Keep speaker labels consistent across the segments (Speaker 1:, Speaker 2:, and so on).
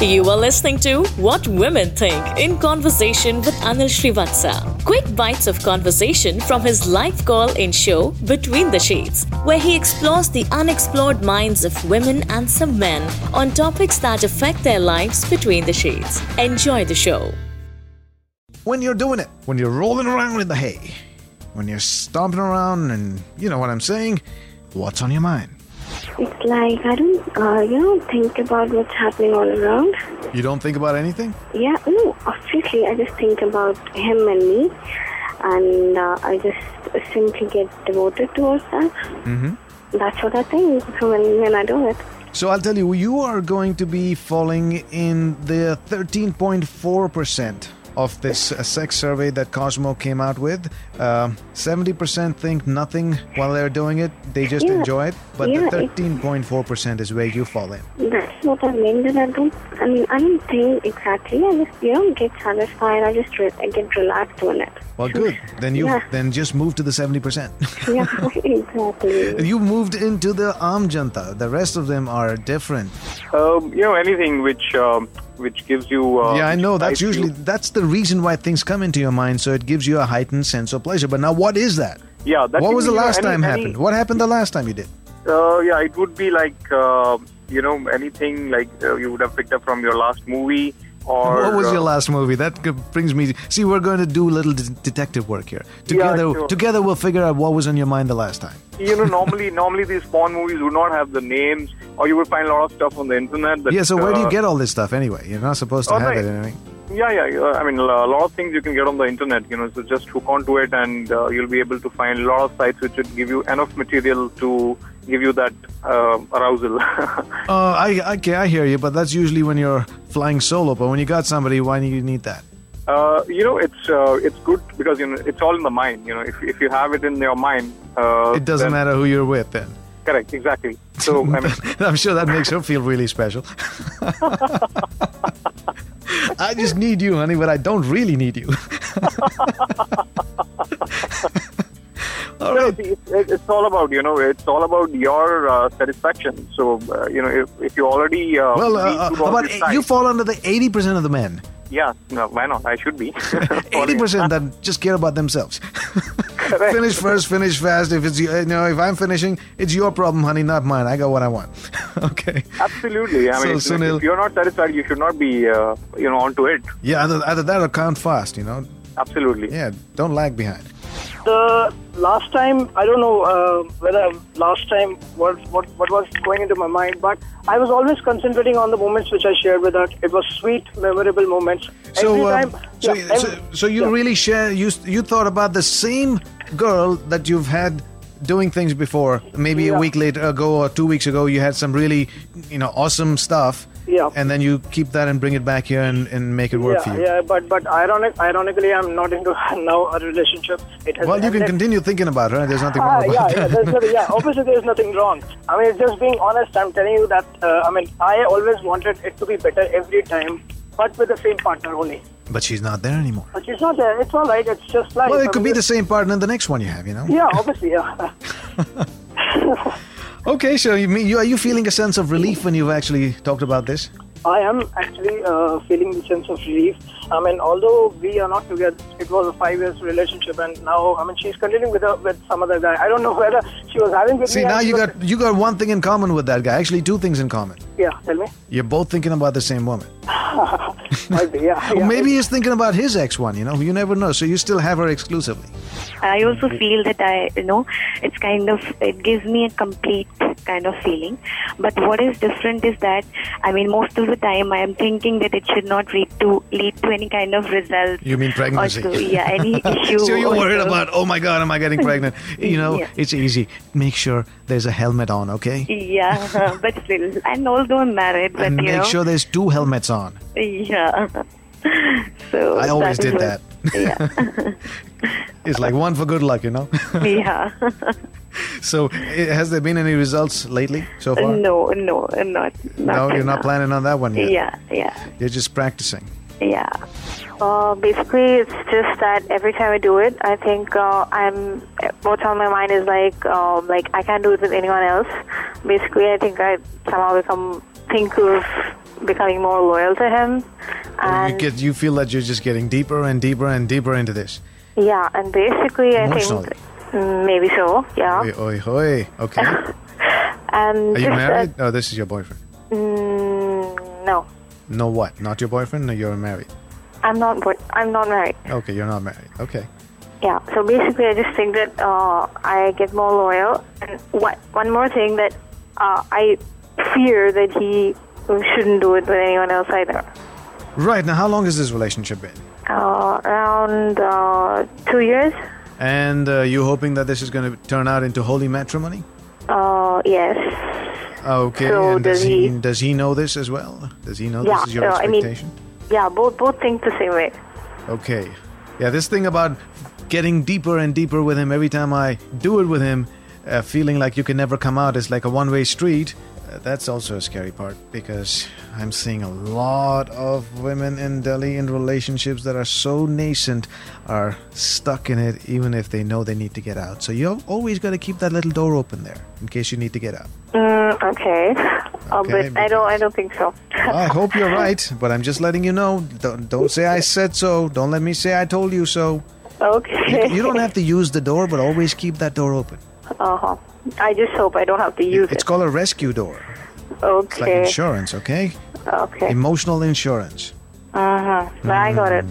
Speaker 1: You are listening to What Women Think in conversation with Anil Srivatsa. Quick bites of conversation from his live call in show Between the Shades, where he explores the unexplored minds of women and some men on topics that affect their lives between the shades. Enjoy the show.
Speaker 2: when you're doing it, when you're rolling around in the hay, when you're stomping around, and you know what I'm saying, what's on your mind?
Speaker 3: It's like I don't, uh, you know, think about what's happening all around.
Speaker 2: You don't think about anything?
Speaker 3: Yeah, no, obviously I just think about him and me, and uh, I just simply get devoted towards that. Mm-hmm. That's what I think when when I do it.
Speaker 2: So I'll tell you, you are going to be falling in the 13.4% of this uh, sex survey that Cosmo came out with. Um 70% think nothing while they're doing it, they just
Speaker 3: Yeah.
Speaker 2: enjoy it. But
Speaker 3: Yeah,
Speaker 2: the
Speaker 3: it-
Speaker 2: 13.4% is where you fall in.
Speaker 3: That's what I mean. That I don't. I mean, I don't think exactly. I just, you know, get satisfied. I just re- I get relaxed on it.
Speaker 2: Well, good. Then you
Speaker 3: Yeah.
Speaker 2: then just move to the 70%.
Speaker 3: Yeah, exactly.
Speaker 2: You moved into the Aam Janta. The rest of them are different.
Speaker 4: Um, you know, anything which um, which gives you. Uh,
Speaker 2: yeah, I
Speaker 4: which
Speaker 2: know. That's
Speaker 4: drives you.
Speaker 2: usually that's the reason why things come into your mind, so it gives you a heightened sense of pleasure. But now, what is that?
Speaker 4: Yeah. That
Speaker 2: what
Speaker 4: can
Speaker 2: was
Speaker 4: be,
Speaker 2: the
Speaker 4: you know,
Speaker 2: last
Speaker 4: any-
Speaker 2: time
Speaker 4: any-
Speaker 2: happened? What happened the last time you did?
Speaker 4: Uh, yeah, it would be like uh, you know anything like uh, you would have picked up from your last movie or.
Speaker 2: what was
Speaker 4: uh,
Speaker 2: your last movie? That g- brings me. See, we're going to do little d- detective work here. Together,
Speaker 4: sure.
Speaker 2: together we'll figure out what was on your mind the last time.
Speaker 4: You know, normally normally these porn movies would not have the names, or you would find a lot of stuff on the internet. That,
Speaker 2: yeah. So where do you
Speaker 4: uh,
Speaker 2: get all this stuff anyway? You're not supposed to
Speaker 4: Oh,
Speaker 2: have
Speaker 4: right.
Speaker 2: it. Anyway.
Speaker 4: Yeah, yeah. yeah, I mean, a lot of things you can get on the internet. You know, so just hook onto it, and uh, you'll be able to find a lot of sites which would give you enough material to give you that uh, arousal.
Speaker 2: Uh, I okay, I hear you, but that's usually when you're flying solo. But when you got somebody, why do you need that?
Speaker 4: Uh, you know, it's uh, it's good because you know it's all in the mind. You know, if if you have it in your mind, uh,
Speaker 2: It doesn't
Speaker 4: then-
Speaker 2: matter who you're with then.
Speaker 4: Correct, exactly. So I mean,
Speaker 2: I'm sure that makes her feel really special. I just need you, honey, but I don't really need you. All
Speaker 4: no,
Speaker 2: right.
Speaker 4: see, it's, it- it's all about you know, it's all about your uh, satisfaction. So uh, you know, if, if you already uh,
Speaker 2: Well, uh,
Speaker 4: lead
Speaker 2: uh,
Speaker 4: to all
Speaker 2: about
Speaker 4: these
Speaker 2: eight-
Speaker 4: sides-
Speaker 2: you fall under the 80% of the men.
Speaker 4: yeah, no, why not? I should be
Speaker 2: 80% that just care about themselves.
Speaker 4: Correct.
Speaker 2: finish first, finish fast. If it's you know, if I'm finishing, it's your problem, honey, not mine. I got what I want. okay.
Speaker 4: Absolutely. I
Speaker 2: So,
Speaker 4: mean, if,
Speaker 2: Sunil-
Speaker 4: if you're not satisfied, you should not be uh, you know onto it.
Speaker 2: Yeah, either, either that or count fast, you know.
Speaker 4: Absolutely.
Speaker 2: Yeah, don't lag behind.
Speaker 5: the last time I don't know uh, whether last time what, what what was going into my mind, but I was always concentrating on the moments which I shared with her. It was sweet, memorable moments. every
Speaker 2: So, um,
Speaker 5: time,
Speaker 2: so,
Speaker 5: yeah,
Speaker 2: so,
Speaker 5: every-
Speaker 2: so you
Speaker 5: yeah.
Speaker 2: really share you you thought about the same girl that you've had doing things before maybe a
Speaker 5: Yeah.
Speaker 2: week later ago or two weeks ago you had some really you know awesome stuff
Speaker 5: Yeah.
Speaker 2: and then you keep that and bring it back here and, and make it work
Speaker 5: yeah,
Speaker 2: for you
Speaker 5: yeah, but but ironic, ironically, I'm not into now a relationship. It has
Speaker 2: well you can
Speaker 5: ended.
Speaker 2: continue thinking about her there's nothing
Speaker 5: Ah,
Speaker 2: wrong
Speaker 5: yeah,
Speaker 2: about
Speaker 5: yeah,
Speaker 2: that
Speaker 5: there's nothing, yeah. Obviously, there's nothing wrong. I mean, it's just being honest. I'm telling you that. Uh, I mean, I always wanted it to be better every time, but with the same partner only.
Speaker 2: but she's not there anymore
Speaker 5: But it's not there. It's all right. It's just like
Speaker 2: well it could be the
Speaker 5: just,
Speaker 2: same partner in the next one you have you know
Speaker 5: Yeah, obviously. Yeah.
Speaker 2: okay so you mean you are you feeling a sense of relief when you've actually talked about this
Speaker 5: I am actually uh, feeling the sense of relief. I mean, although we are not together, it was a five years relationship, and now I mean she's continuing with her, with some other guy. I don't know whether she was having with
Speaker 2: see
Speaker 5: me.
Speaker 2: now
Speaker 5: and
Speaker 2: you
Speaker 5: she was-
Speaker 2: got you got one thing in common with that guy actually two things in common
Speaker 5: yeah. Tell me,
Speaker 2: you're both thinking about the same woman
Speaker 5: might be, yeah,
Speaker 2: Or
Speaker 5: yeah.
Speaker 2: maybe he's thinking about his ex one, you know? You never know. So you still have her exclusively.
Speaker 6: I also feel that I, you know, it's kind of, it gives me a complete kind of feeling. But what is different is that, I mean, most of the time I am thinking that it should not lead to lead to any kind of results.
Speaker 2: You mean
Speaker 6: or
Speaker 2: pregnancy.
Speaker 6: to- yeah, any issue.
Speaker 2: So you're
Speaker 6: or
Speaker 2: worried
Speaker 6: to-
Speaker 2: about, oh my God, am I getting pregnant? You know,
Speaker 6: Yeah.
Speaker 2: it's easy. Make sure there's a helmet on, okay?
Speaker 6: Yeah, but still, and although I'm married, but
Speaker 2: And
Speaker 6: you
Speaker 2: make
Speaker 6: know,
Speaker 2: sure there's two helmets on.
Speaker 6: yeah. So
Speaker 2: I
Speaker 6: is
Speaker 2: always did
Speaker 6: what-
Speaker 2: that. It's like one for good luck, you know?
Speaker 6: Yeah, yeah.
Speaker 2: so eh, has there been any results lately so far?
Speaker 6: no, no, not.
Speaker 2: No, you're
Speaker 6: right
Speaker 2: not
Speaker 6: now.
Speaker 2: planning on that one yet.
Speaker 6: Yeah, yeah,
Speaker 2: You're just practicing.
Speaker 6: yeah.
Speaker 7: Uh, basically, it's just that every time I do it, I think uh, I'm what's on my mind is like um, like I can't do it with anyone else. Basically, I think I somehow become think of becoming more loyal to him.
Speaker 2: You
Speaker 7: And
Speaker 2: get you feel that you're just getting deeper and deeper and deeper into this.
Speaker 7: yeah, and basically, I think
Speaker 2: Emotionally.
Speaker 7: mm, maybe so. Yeah.
Speaker 2: Oi, oi, oi. Okay. Are
Speaker 7: And
Speaker 2: you
Speaker 7: just, uh,
Speaker 2: married? Oh, this is your boyfriend.
Speaker 7: mm, no,
Speaker 2: No, what? Not your boyfriend? No, you're married.
Speaker 7: I'm not. bo- I'm not married.
Speaker 2: Okay, you're not married. Okay.
Speaker 7: Yeah. So basically, I just think that uh, I get more loyal. And what, one more thing that uh, I fear that he shouldn't do it with anyone else either.
Speaker 2: Right, now how long has this relationship been?
Speaker 7: Uh, around uh, two years.
Speaker 2: And uh, you hoping that this is going to turn out into holy matrimony?
Speaker 7: Uh, yes.
Speaker 2: Okay,
Speaker 7: So
Speaker 2: and does
Speaker 7: does
Speaker 2: he,
Speaker 7: he-
Speaker 2: does he know this as well? Does he know
Speaker 7: Yeah,
Speaker 2: this is your
Speaker 7: uh, I mean-
Speaker 2: expectation?
Speaker 7: Yeah. Both both think the same way.
Speaker 2: Okay. Yeah, this thing about getting deeper and deeper with him every time I do it with him, uh, feeling like you can never come out is like a one way street. Uh, that's also a scary part because I'm seeing a lot of women in Delhi in relationships that are so nascent are stuck in it even if they know they need to get out. So you've always got to keep that little door open there in case you need to get out.
Speaker 7: Mm, okay. Uh,
Speaker 8: Um,
Speaker 2: Okay,
Speaker 7: but I don't. I
Speaker 2: because-
Speaker 7: don't think so.
Speaker 2: Well, I hope you're right, but I'm just letting you know. Don't, don't say I said so. Don't let me say I told you so.
Speaker 7: Okay.
Speaker 2: You don't have to use the door, but always keep that door open.
Speaker 7: Uh huh. I just hope I don't have to use
Speaker 2: It's
Speaker 7: it.
Speaker 2: called a rescue door. It's like
Speaker 7: Okay.
Speaker 2: insurance, okay?
Speaker 7: okay.
Speaker 2: Emotional insurance.
Speaker 7: Uh-huh. I got it.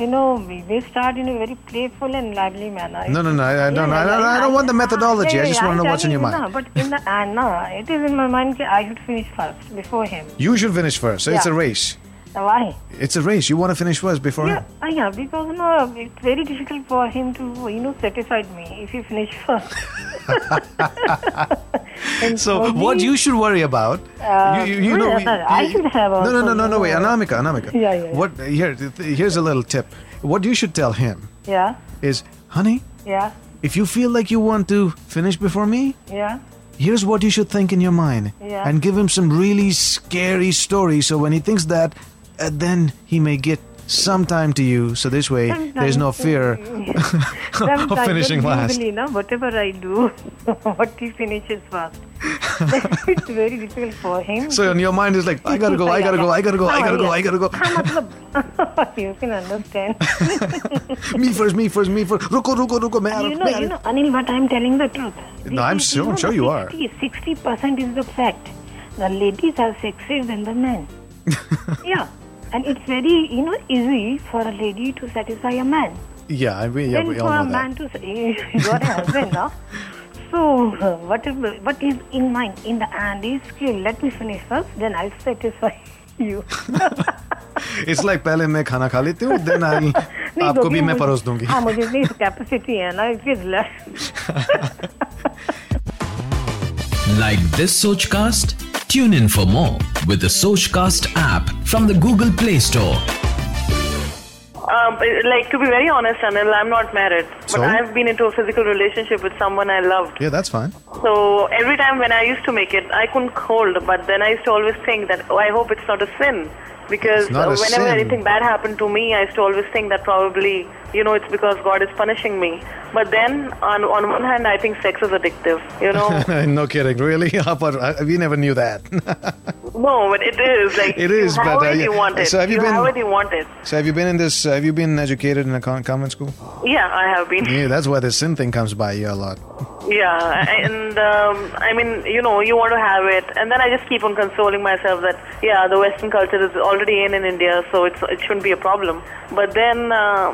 Speaker 9: You know, we will start in a very playful and lively manner.
Speaker 2: No, no, no. I, I don't, I, don't, I don't want the methodology.
Speaker 9: Yeah,
Speaker 2: I
Speaker 9: yeah,
Speaker 2: just
Speaker 9: yeah,
Speaker 2: want to know
Speaker 9: I'm
Speaker 2: what's in your
Speaker 9: telling you
Speaker 2: mind.
Speaker 9: now, but in the uh, no, it is in my mind that I should finish first before him.
Speaker 2: You should finish first. So It's a
Speaker 9: Yeah.
Speaker 2: race.
Speaker 9: Now, Why?
Speaker 2: It's a race. You want to finish first before
Speaker 9: Yeah,
Speaker 2: him.
Speaker 9: uh, yeah, because no, it's very difficult for him to you know satisfy me if he finish first. And
Speaker 2: So
Speaker 9: for
Speaker 2: what
Speaker 9: me,
Speaker 2: you should worry about,
Speaker 9: Uh,
Speaker 2: you, you, you know,
Speaker 9: no,
Speaker 2: we-
Speaker 9: no, I
Speaker 2: you-
Speaker 9: should have
Speaker 2: No, no,
Speaker 9: also,
Speaker 2: no, no, no.
Speaker 9: you
Speaker 2: Wait,
Speaker 9: know.
Speaker 2: Anamika, Anamika.
Speaker 9: Yeah, yeah, yeah.
Speaker 2: What? Here, here's a little tip. What you should tell him
Speaker 9: yeah,
Speaker 2: is, honey,
Speaker 9: yeah,
Speaker 2: if you feel like you want to finish before me,
Speaker 9: yeah.
Speaker 2: here's what you should think in your mind
Speaker 9: Yeah.
Speaker 2: and give him some really scary stories so when he thinks that uh, then he may get some time to you so this way there's no fear
Speaker 9: Sometimes
Speaker 2: of finishing
Speaker 9: but
Speaker 2: last
Speaker 9: Usually, no, whatever I do, what he finishes first. it's very difficult for him.
Speaker 2: so in your mind is like i gotta go i gotta go i gotta go i gotta go i gotta go
Speaker 9: हाँ, मतलब you can understand.
Speaker 2: me first me first me first ruko ruko ruko मैं आ
Speaker 9: you
Speaker 2: रहा-
Speaker 9: know,
Speaker 2: मैं आ
Speaker 9: you
Speaker 2: रहा-
Speaker 9: know, Anil, but I'm telling the truth. This
Speaker 2: I'm
Speaker 9: is,
Speaker 2: sure-
Speaker 9: you know,
Speaker 2: sure you are.
Speaker 9: 60, 60% is the fact. The ladies are sexier than the men. yeah. And it's very, you know, easy for a lady to satisfy a man.
Speaker 2: yeah I mean, yeah
Speaker 9: then
Speaker 2: we
Speaker 9: for
Speaker 2: all
Speaker 9: a
Speaker 2: know
Speaker 9: man
Speaker 2: that
Speaker 9: to say, you are a husband, no? So, uh, what, is- what is in mind in the end is, okay, let me finish first, then I'll satisfy you.
Speaker 2: it's like पहले मैं खाना खा लेती हूँ then I'll
Speaker 9: नहीं,
Speaker 2: आपको भी
Speaker 9: क्योंकि
Speaker 2: मैं
Speaker 9: मुझे-
Speaker 2: परोस दूंगी
Speaker 9: हाँ मुझे इतनी कैपेसिटी है ना it is less
Speaker 10: Like this Sochcast? Tune in for more with the Sochcast app from the Google Play Store.
Speaker 11: Um, like to be very honest, Anil, I'm not married, but
Speaker 2: So?
Speaker 11: I've been into a physical relationship with someone I loved.
Speaker 2: yeah that's fine
Speaker 11: So every time when I used to make it, I couldn't hold. But then I used to always think that oh, I hope it's not a sin, because
Speaker 2: It's not
Speaker 11: uh,
Speaker 2: a
Speaker 11: whenever
Speaker 2: sin.
Speaker 11: anything bad happened to me, I used to always think that probably you know it's because God is punishing me. But then on on one hand, I think sex is addictive. You know,
Speaker 2: no kidding really But I- we never knew that
Speaker 11: no, but it is like
Speaker 2: It
Speaker 11: you
Speaker 2: is,
Speaker 11: have
Speaker 2: but, uh,
Speaker 11: it, you
Speaker 2: yeah.
Speaker 11: want it.
Speaker 2: So have you
Speaker 11: you
Speaker 2: been-
Speaker 11: have it, you want it.
Speaker 2: So have you been in this? uh, Have you been educated in a con- convent school?
Speaker 11: Yeah, I have been.
Speaker 2: Yeah, that's why the sin thing comes by you a lot.
Speaker 11: Yeah, and um, I mean, you know, you want to have it, and then I just keep on consoling myself that yeah, the Western culture is already in in India, so it's it shouldn't be a problem. But then um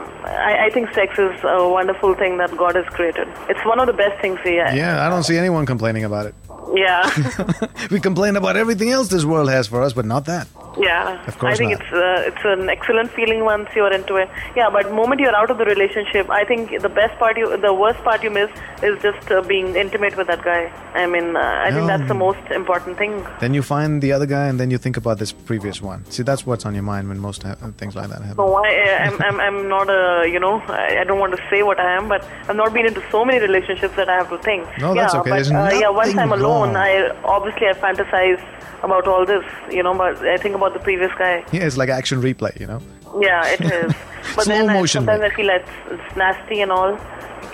Speaker 11: I, I think sex is a wonderful thing that God has created. It's one of the best things He has.
Speaker 2: Yeah, I don't see anyone complaining about it.
Speaker 11: Yeah,
Speaker 2: We complain about everything else this world has for us, but not that.
Speaker 11: yeah.
Speaker 2: Of course
Speaker 11: I think
Speaker 2: not.
Speaker 11: it's uh, it's an excellent feeling once you're into it. Yeah, but moment you're out of the relationship, I think the best part you, the worst part you miss is just uh, being intimate with that guy. I mean, uh, I think
Speaker 2: Yeah.
Speaker 11: that's the most important thing.
Speaker 2: Then you find the other guy, and then you think about this previous one. See, that's what's on your mind when most ha- things like that happen.
Speaker 11: No, I, I'm, I'm, I'm not a, you know, I, I don't want to say what I am, but I've not been into so many relationships that I have to think.
Speaker 2: No,
Speaker 11: yeah,
Speaker 2: that's okay.
Speaker 11: But,
Speaker 2: There's
Speaker 11: uh, yeah, once
Speaker 2: nothing
Speaker 11: I'm alone,
Speaker 2: wrong.
Speaker 11: I obviously I fantasize about all this, you know, but I think about the previous guy.
Speaker 2: Yeah, it's like action replay, you know.
Speaker 11: Yeah, it is. But
Speaker 2: Slow
Speaker 11: then I,
Speaker 2: motion,
Speaker 11: sometimes I
Speaker 2: mate.
Speaker 11: feel it's, it's nasty and all.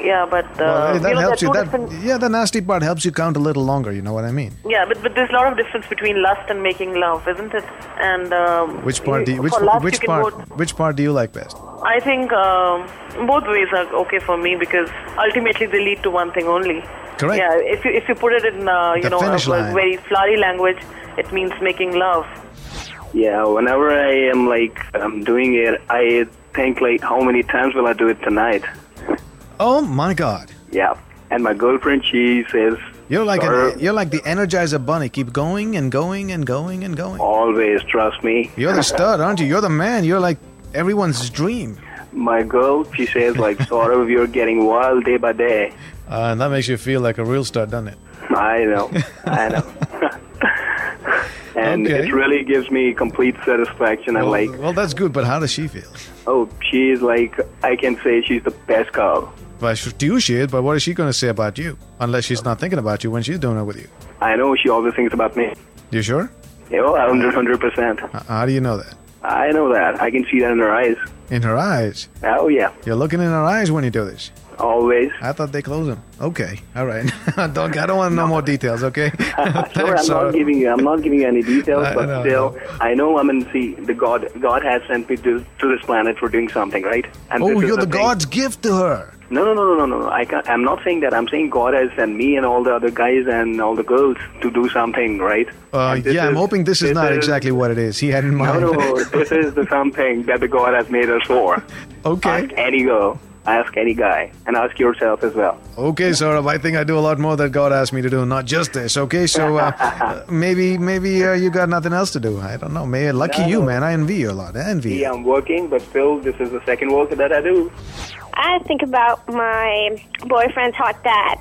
Speaker 11: yeah, but uh,
Speaker 2: Well, hey, that
Speaker 11: you know,
Speaker 2: helps
Speaker 11: there
Speaker 2: you.
Speaker 11: are two
Speaker 2: That,
Speaker 11: different-
Speaker 2: yeah, the nasty part helps you count a little longer. You know what I mean?
Speaker 11: yeah, but, but there's a lot of difference between lust and making love, isn't it? And um,
Speaker 2: Which part? Do you,
Speaker 11: you-
Speaker 2: which
Speaker 11: for lust you
Speaker 2: which
Speaker 11: can
Speaker 2: part?
Speaker 11: go-
Speaker 2: Which part do you like best?
Speaker 11: I think um, both ways are okay for me because ultimately they lead to one thing only.
Speaker 2: Correct.
Speaker 11: Yeah, if you if you put it in uh, you
Speaker 2: The
Speaker 11: know
Speaker 2: finish
Speaker 11: a, a
Speaker 2: line.
Speaker 11: very flowery language, it means making love.
Speaker 12: Yeah, whenever I am like I'm doing it, I think like how many times will I do it tonight?
Speaker 2: Oh my God!
Speaker 12: Yeah. And my girlfriend she says
Speaker 2: You're like
Speaker 12: Sure.
Speaker 2: an, you're like the Energizer Bunny. Keep going and going and going and going.
Speaker 12: always trust me.
Speaker 2: You're the stud, aren't you? You're the man. You're like everyone's dream.
Speaker 12: My girl, she says like sort of you're getting wild day by day.
Speaker 2: Uh, and that makes you feel like a real stud, doesn't it?
Speaker 12: I know. I know. and
Speaker 2: Okay.
Speaker 12: it really gives me complete satisfaction and
Speaker 2: Well,
Speaker 12: like
Speaker 2: well, that's good. But how does she feel?
Speaker 12: oh she's like I can say she's the best girl.
Speaker 2: Well, sh- to you she is. But what is she going to say about you? Unless she's not thinking about you when she's doing it with you.
Speaker 12: I know she always thinks about me.
Speaker 2: You sure?
Speaker 12: You know, hundred hundred percent.
Speaker 2: Uh, how do you know that?
Speaker 12: I know that. I can see that in her eyes.
Speaker 2: In her eyes.
Speaker 12: Oh yeah.
Speaker 2: You're looking in her eyes when you do this.
Speaker 12: Always.
Speaker 2: I thought they closed them. Okay. All right. Don't, I don't want to know more details, okay?
Speaker 12: Sure, I'm
Speaker 2: Thanks,
Speaker 12: not
Speaker 2: Sarah.
Speaker 12: giving you. I'm not giving you any details,
Speaker 2: I
Speaker 12: but
Speaker 2: know, I
Speaker 12: still, I know. I mean, see, the God, God has sent me to, to this planet for doing something, right? And
Speaker 2: Oh,
Speaker 12: this is
Speaker 2: you're the
Speaker 12: thing.
Speaker 2: God's gift to her.
Speaker 12: No, no, no, no, no, no. I can't, I'm not saying that. I'm saying God has sent me and all the other guys and all the girls to do something, right?
Speaker 2: Uh,
Speaker 12: And this
Speaker 2: yeah, I'm
Speaker 12: is-
Speaker 2: hoping this is
Speaker 12: this
Speaker 2: not
Speaker 12: is-
Speaker 2: exactly what it is. He had in
Speaker 12: No,
Speaker 2: mind.
Speaker 12: no, this is the something that the God has made us for.
Speaker 2: okay.
Speaker 12: Ask any girl, ask any guy, and ask yourself as well.
Speaker 2: Okay, Saurabh, I think I do a lot more that God asked me to do, not just this. Okay, so uh, uh, maybe maybe uh, you got nothing else to do. I don't know. Maybe lucky you, man. I envy you a lot. I envy
Speaker 12: Yeah, I'm working, but still, this is the second work that I do.
Speaker 3: I think about my boyfriend's hot dad,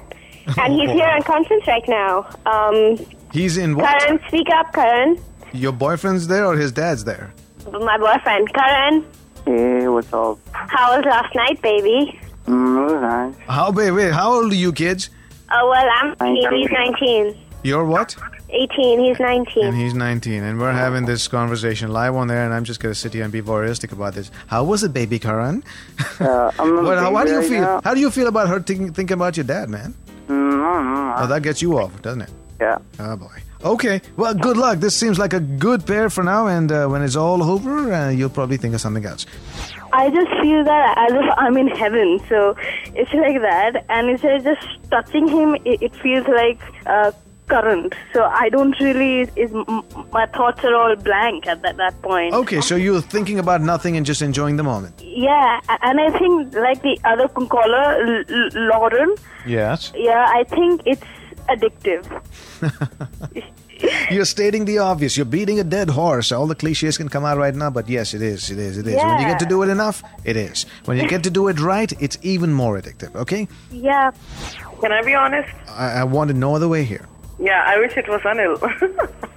Speaker 3: and he's here on conference right now. Um,
Speaker 2: you. He's in what?
Speaker 3: Karan, speak up, Karan.
Speaker 2: Your boyfriend's there or his dad's there?
Speaker 3: My boyfriend, Karan.
Speaker 13: Hey, what's up?
Speaker 3: How was last night, baby?
Speaker 13: Mm, it was nice.
Speaker 2: How wait, wait, how old are you kids?
Speaker 3: Oh well, I'm he's 19,
Speaker 2: You're what?
Speaker 3: 18. He's 19.
Speaker 2: And he's 19, and we're having this conversation live on there, and I'm just gonna sit here and be voyeuristic about this. How was it, baby Karan?
Speaker 13: Uh, I'm not
Speaker 2: Well, how, how do you
Speaker 13: right
Speaker 2: feel?
Speaker 13: Now.
Speaker 2: How do you feel about her thinking, thinking about your dad, man?
Speaker 13: Mm, I don't know.
Speaker 2: Oh, that gets you off, doesn't it?
Speaker 13: Yeah.
Speaker 2: Oh boy. Okay. Well, good luck. This seems like a good pair for now, and uh, when it's all over, uh, you'll probably think of something else.
Speaker 8: I just feel that as if I'm in heaven. So it's like that. And instead of just touching him, it, it feels like uh, current. So I don't really, is m- my thoughts are all blank at that, that point.
Speaker 2: Okay, so you're thinking about nothing and just enjoying the moment.
Speaker 8: Yeah. a- And I think, like the other caller, L- L- Lauren,
Speaker 2: Yes.
Speaker 8: yeah, I think it's addictive.
Speaker 2: You're stating the obvious. You're beating a dead horse. All the cliches can come out right now, but yes, it is. It is. It is. When you get to
Speaker 8: Yeah.
Speaker 2: do it enough, it is. When you get to do it right, it's even more addictive. Okay.
Speaker 8: Yeah.
Speaker 11: Can I be honest?
Speaker 2: I, I wanted no other way here.
Speaker 11: Yeah, I wish it was Anil.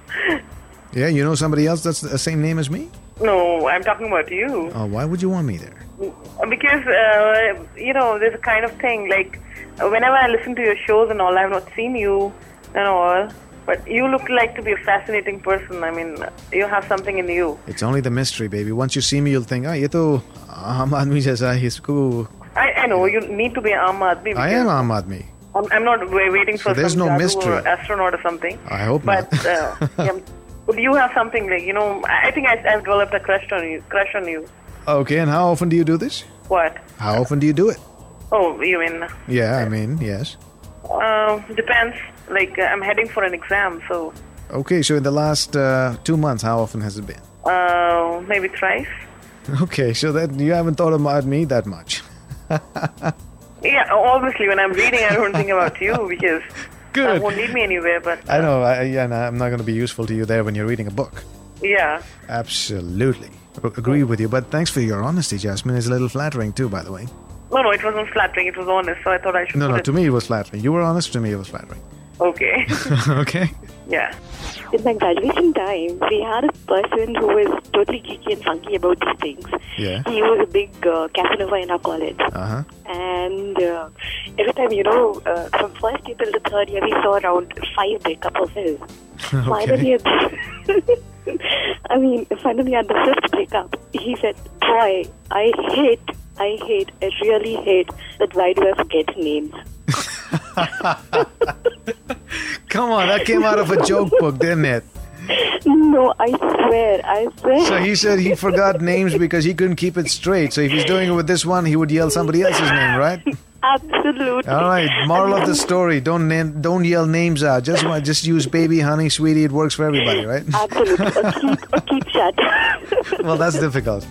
Speaker 2: Yeah, you know somebody else that's the same name as me?
Speaker 11: no, I'm talking about you
Speaker 2: Oh, why would you want me there?
Speaker 11: because uh, you know there's a kind of thing like whenever I listen to your shows and all, I've not seen you and all, but you look like to be a fascinating person. I mean, you have something in you.
Speaker 2: It's only the mystery, baby. Once you see me, you'll think, ah, ये तो आम आदमी जैसा है इसको
Speaker 11: I, I know you need to be an aam aadmi.
Speaker 2: I
Speaker 11: because-
Speaker 2: am Aam Aadmi.
Speaker 11: I'm, I'm not wa- waiting
Speaker 2: So
Speaker 11: for
Speaker 2: there's
Speaker 11: some
Speaker 2: no
Speaker 11: jadoo
Speaker 2: mystery.
Speaker 11: or astronaut or something.
Speaker 2: I hope
Speaker 11: but,
Speaker 2: not.
Speaker 11: uh, yeah, but you have something like you know. I I think I, I've developed a crush on you. Crush on you.
Speaker 2: Okay, and how often do you do this?
Speaker 11: What?
Speaker 2: How often do you do it?
Speaker 11: Oh, you mean?
Speaker 2: Yeah, I mean, yes.
Speaker 11: Uh, depends. Like uh, I'm heading for an exam, so
Speaker 2: Okay, so in the last uh, two months, how often has it been?
Speaker 11: uh, maybe thrice.
Speaker 2: Okay, so that you haven't thought about me that much.
Speaker 11: Yeah, obviously when I'm reading, I don't think about you because
Speaker 2: Good.
Speaker 11: that won't lead me anywhere. But
Speaker 2: I know, I, yeah, and I'm not going to be useful to you there when you're reading a book.
Speaker 11: yeah,
Speaker 2: Absolutely. A- Agree with you, but thanks for your honesty, Jasmine. It's a little flattering too, by the way.
Speaker 11: no, no, it wasn't flattering. It was honest, so I thought I should.
Speaker 2: No,
Speaker 11: put
Speaker 2: no,
Speaker 11: it.
Speaker 2: to me it was flattering. You were honest, to me it was flattering.
Speaker 11: Okay.
Speaker 2: okay?
Speaker 11: yeah.
Speaker 14: In my graduation time, we had a person who was totally geeky and funky about these things.
Speaker 2: Yeah.
Speaker 14: He was a big uh, Casanova in our college.
Speaker 2: Uh huh.
Speaker 14: And uh, every time, you know, uh, from first year till the third year, we saw around five breakups of his. Finally, at I mean, finally at the fifth breakup, he said, "Boy, I hate I hate, I really hate that why do I forget names?
Speaker 2: Come on, that came out of a joke book, didn't it?
Speaker 14: No, I swear, I swear.
Speaker 2: So he said he forgot names because he couldn't keep it straight. So if he's doing it with this one, he would yell somebody else's name, right?
Speaker 14: Absolutely.
Speaker 2: All right. Moral of the story: don't name, don't yell names out. Just wa- just use baby, honey, sweetie. It works for everybody, right?
Speaker 14: Absolutely. Or keep, or keep shut.
Speaker 2: well, that's difficult.